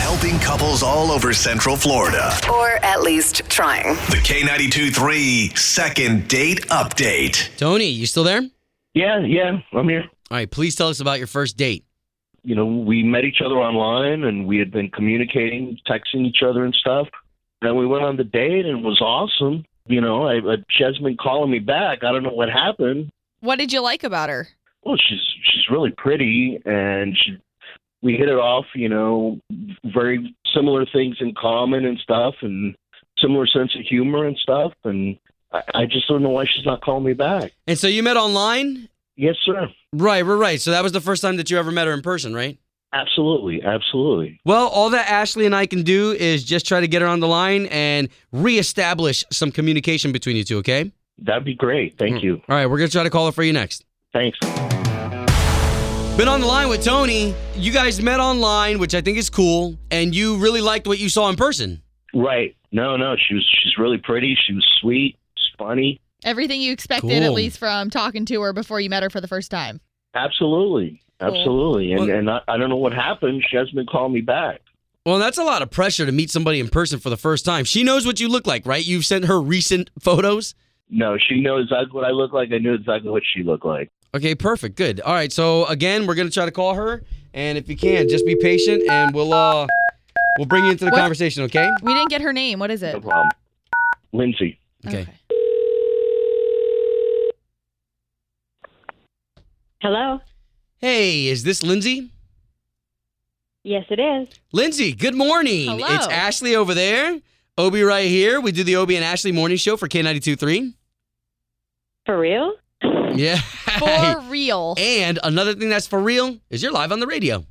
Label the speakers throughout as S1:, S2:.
S1: helping couples all over Central Florida.
S2: Or at least trying.
S1: The K92 3 Second Date Update.
S3: Tony, you still there?
S4: Yeah, yeah, I'm here.
S3: All right, please tell us about your first date.
S4: You know, we met each other online and we had been communicating, texting each other and stuff. Then we went on the date and it was awesome. You know, I, uh, I Jasmine calling me back. I don't know what happened.
S5: What did you like about her?
S4: Well, she's she's really pretty and she, we hit it off. You know, very similar things in common and stuff, and similar sense of humor and stuff. And I, I just don't know why she's not calling me back.
S3: And so you met online?
S4: Yes, sir.
S3: Right, right, right. So that was the first time that you ever met her in person, right?
S4: Absolutely, absolutely.
S3: Well, all that Ashley and I can do is just try to get her on the line and reestablish some communication between you two, okay?
S4: That'd be great. Thank you.
S3: All right, we're going to try to call her for you next.
S4: Thanks.
S3: Been on the line with Tony. You guys met online, which I think is cool, and you really liked what you saw in person.
S4: Right. No, no. She was she's really pretty. She was sweet. She's funny.
S5: Everything you expected, at
S3: Cool.
S5: least from talking to her before you met her for the first time.
S4: Absolutely. Absolutely. And
S3: Well-
S4: and I, I don't know what happened. She hasn't been calling me back.
S3: Well, that's a lot of pressure to meet somebody in person for the first time. She knows what you look like, right? You've sent her recent photos.
S4: No, she knows exactly what I look like. I knew exactly what she looked like.
S3: Okay, perfect. Good. All right. So again, we're gonna try to call her, and if you can, just be patient, and we'll uh, we'll bring you into the
S5: What?
S3: conversation. Okay.
S5: We didn't get her name. What is
S4: No
S5: it?
S4: problem. Lindsay.
S3: Okay.
S6: Hello.
S3: Hey, is this Lindsay?
S6: Yes, it is.
S3: Lindsay, good morning.
S5: Hello.
S3: It's Ashley over there. Obi right here. We do the Obi and Ashley morning show for K92.3.
S6: For real?
S3: Yeah.
S5: For real.
S3: and another thing that's for real is you're live on the radio.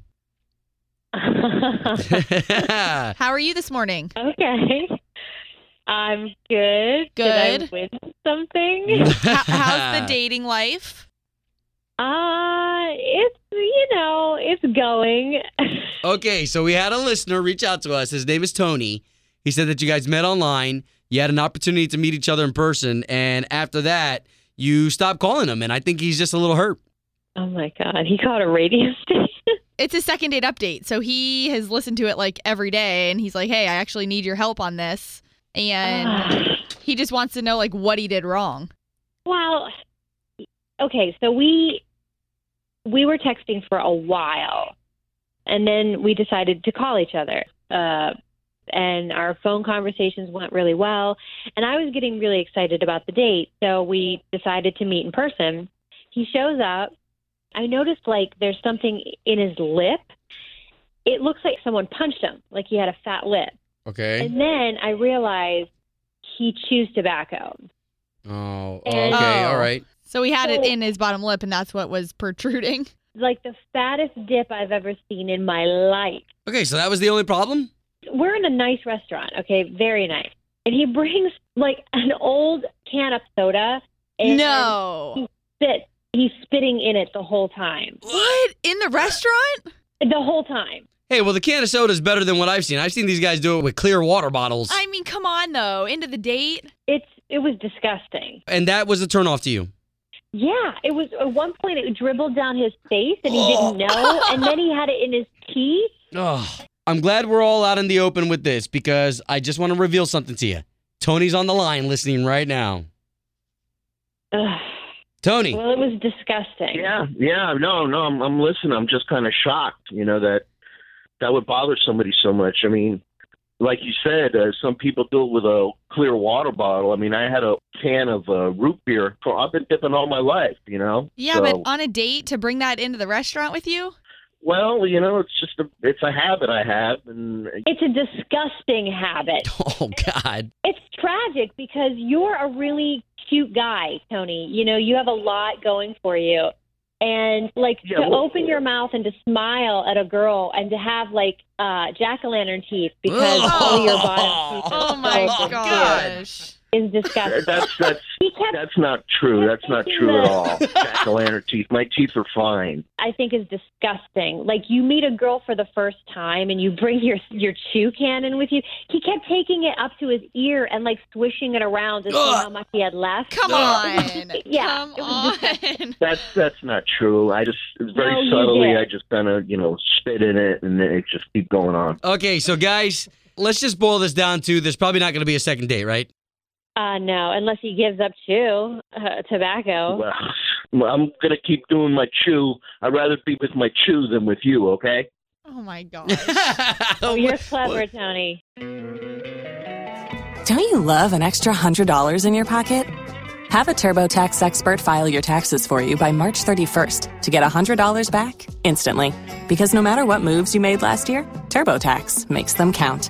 S3: yeah,
S5: How are you this morning?
S6: okay. I'm good. Did I
S5: Good.
S6: win something?
S5: How, how's the dating life?
S6: uh, it's you know, it's going.
S3: Okay, so we had a listener reach out to us. His name is Tony. He said that you guys met online. You had an opportunity to meet each other in person, and after that, you stopped calling him. And I think he's just a little hurt.
S6: Oh my god, he called a radio station.
S5: It's his second date update. So he has listened to it like every day and he's like, hey, I actually need your help on this. And he just wants to know like what he did wrong.
S6: well, okay, so we we were texting for a while, and then we decided to call each other. Uh, and our phone conversations went really well. And I was getting really excited about the date, so we decided to meet in person. He shows up. I noticed like there's something in his lip. It looks like someone punched him, like he had a fat lip.
S3: Okay.
S6: And then I realized he chews tobacco.
S3: Oh. Okay.
S6: And-
S3: All right.
S5: So he had it in his bottom lip and that's what was protruding.
S6: like the fattest dip I've ever seen in my life.
S3: Okay. So that was the only problem.
S6: We're in a nice restaurant, okay, very nice. And he brings like an old can of soda. And um,
S5: no.
S6: spit. He's spitting in it the whole time.
S5: What? In the restaurant?
S6: The whole time.
S3: Hey, well, the can of soda is better than what I've seen. I've seen these guys do it with clear water bottles,
S5: I mean, come on though. Into the date?
S6: It's it was disgusting.
S3: and that was a turnoff to you.
S6: Yeah, it was at one point it dribbled down his face and he didn't know, and then he had it in his teeth.
S3: Oh, I'm glad we're all out in the open with this because I just want to reveal something to you. Tony's on the line listening right now.
S6: Ugh.
S3: Tony.
S6: Well, it was disgusting.
S4: Yeah, yeah. No, no. I'm, I'm listening. I'm just kind of shocked. You know that that would bother somebody so much. I mean, like you said, uh, some people do it with a clear water bottle. I mean, I had a can of uh, root beer. For, I've been dipping all my life. You know.
S5: Yeah,
S4: So-
S5: but on a date to bring that into the restaurant with you?
S4: Well, you know, it's just a it's a habit I have, and
S6: It's a disgusting habit.
S3: Oh God.
S6: It's tragic because you're a really cute guy, Tony. You know, you have a lot going for you. And like
S4: Yeah,
S6: to
S4: well-
S6: open your mouth and to smile at a girl and to have like uh jack o' lantern teeth because all your bottom teeth. are
S5: Oh my
S6: so big.
S5: gosh.
S6: is disgusting.
S4: That's that's
S6: he kept,
S4: that's not true. That's not true at all. Jack o' lantern teeth. My teeth are fine.
S6: I think, is disgusting. Like you meet a girl for the first time and you bring your your chew cannon with you. He kept taking it up to his ear and like swishing it around to see
S3: Ugh.
S6: how much he had left.
S5: Come on.
S6: Yeah.
S5: Come on.
S4: That's that's not true. I just very
S6: No, you
S4: subtly,
S6: did.
S4: I just kind of you know spit in it, and then it just keep going on.
S3: Okay, so guys, let's just boil this down to there's probably not going to be a second date, right?
S6: Uh, no, unless he gives up chew uh, tobacco.
S4: Well, I'm gonna keep doing my chew. I'd rather be with my chew than with you. Okay.
S5: Oh my gosh.
S6: Oh, you're clever, Tony.
S7: Don't you love an extra $100 in your pocket? Have a TurboTax expert file your taxes for you by March 31st to get $100 back instantly. Because no matter what moves you made last year, TurboTax makes them count.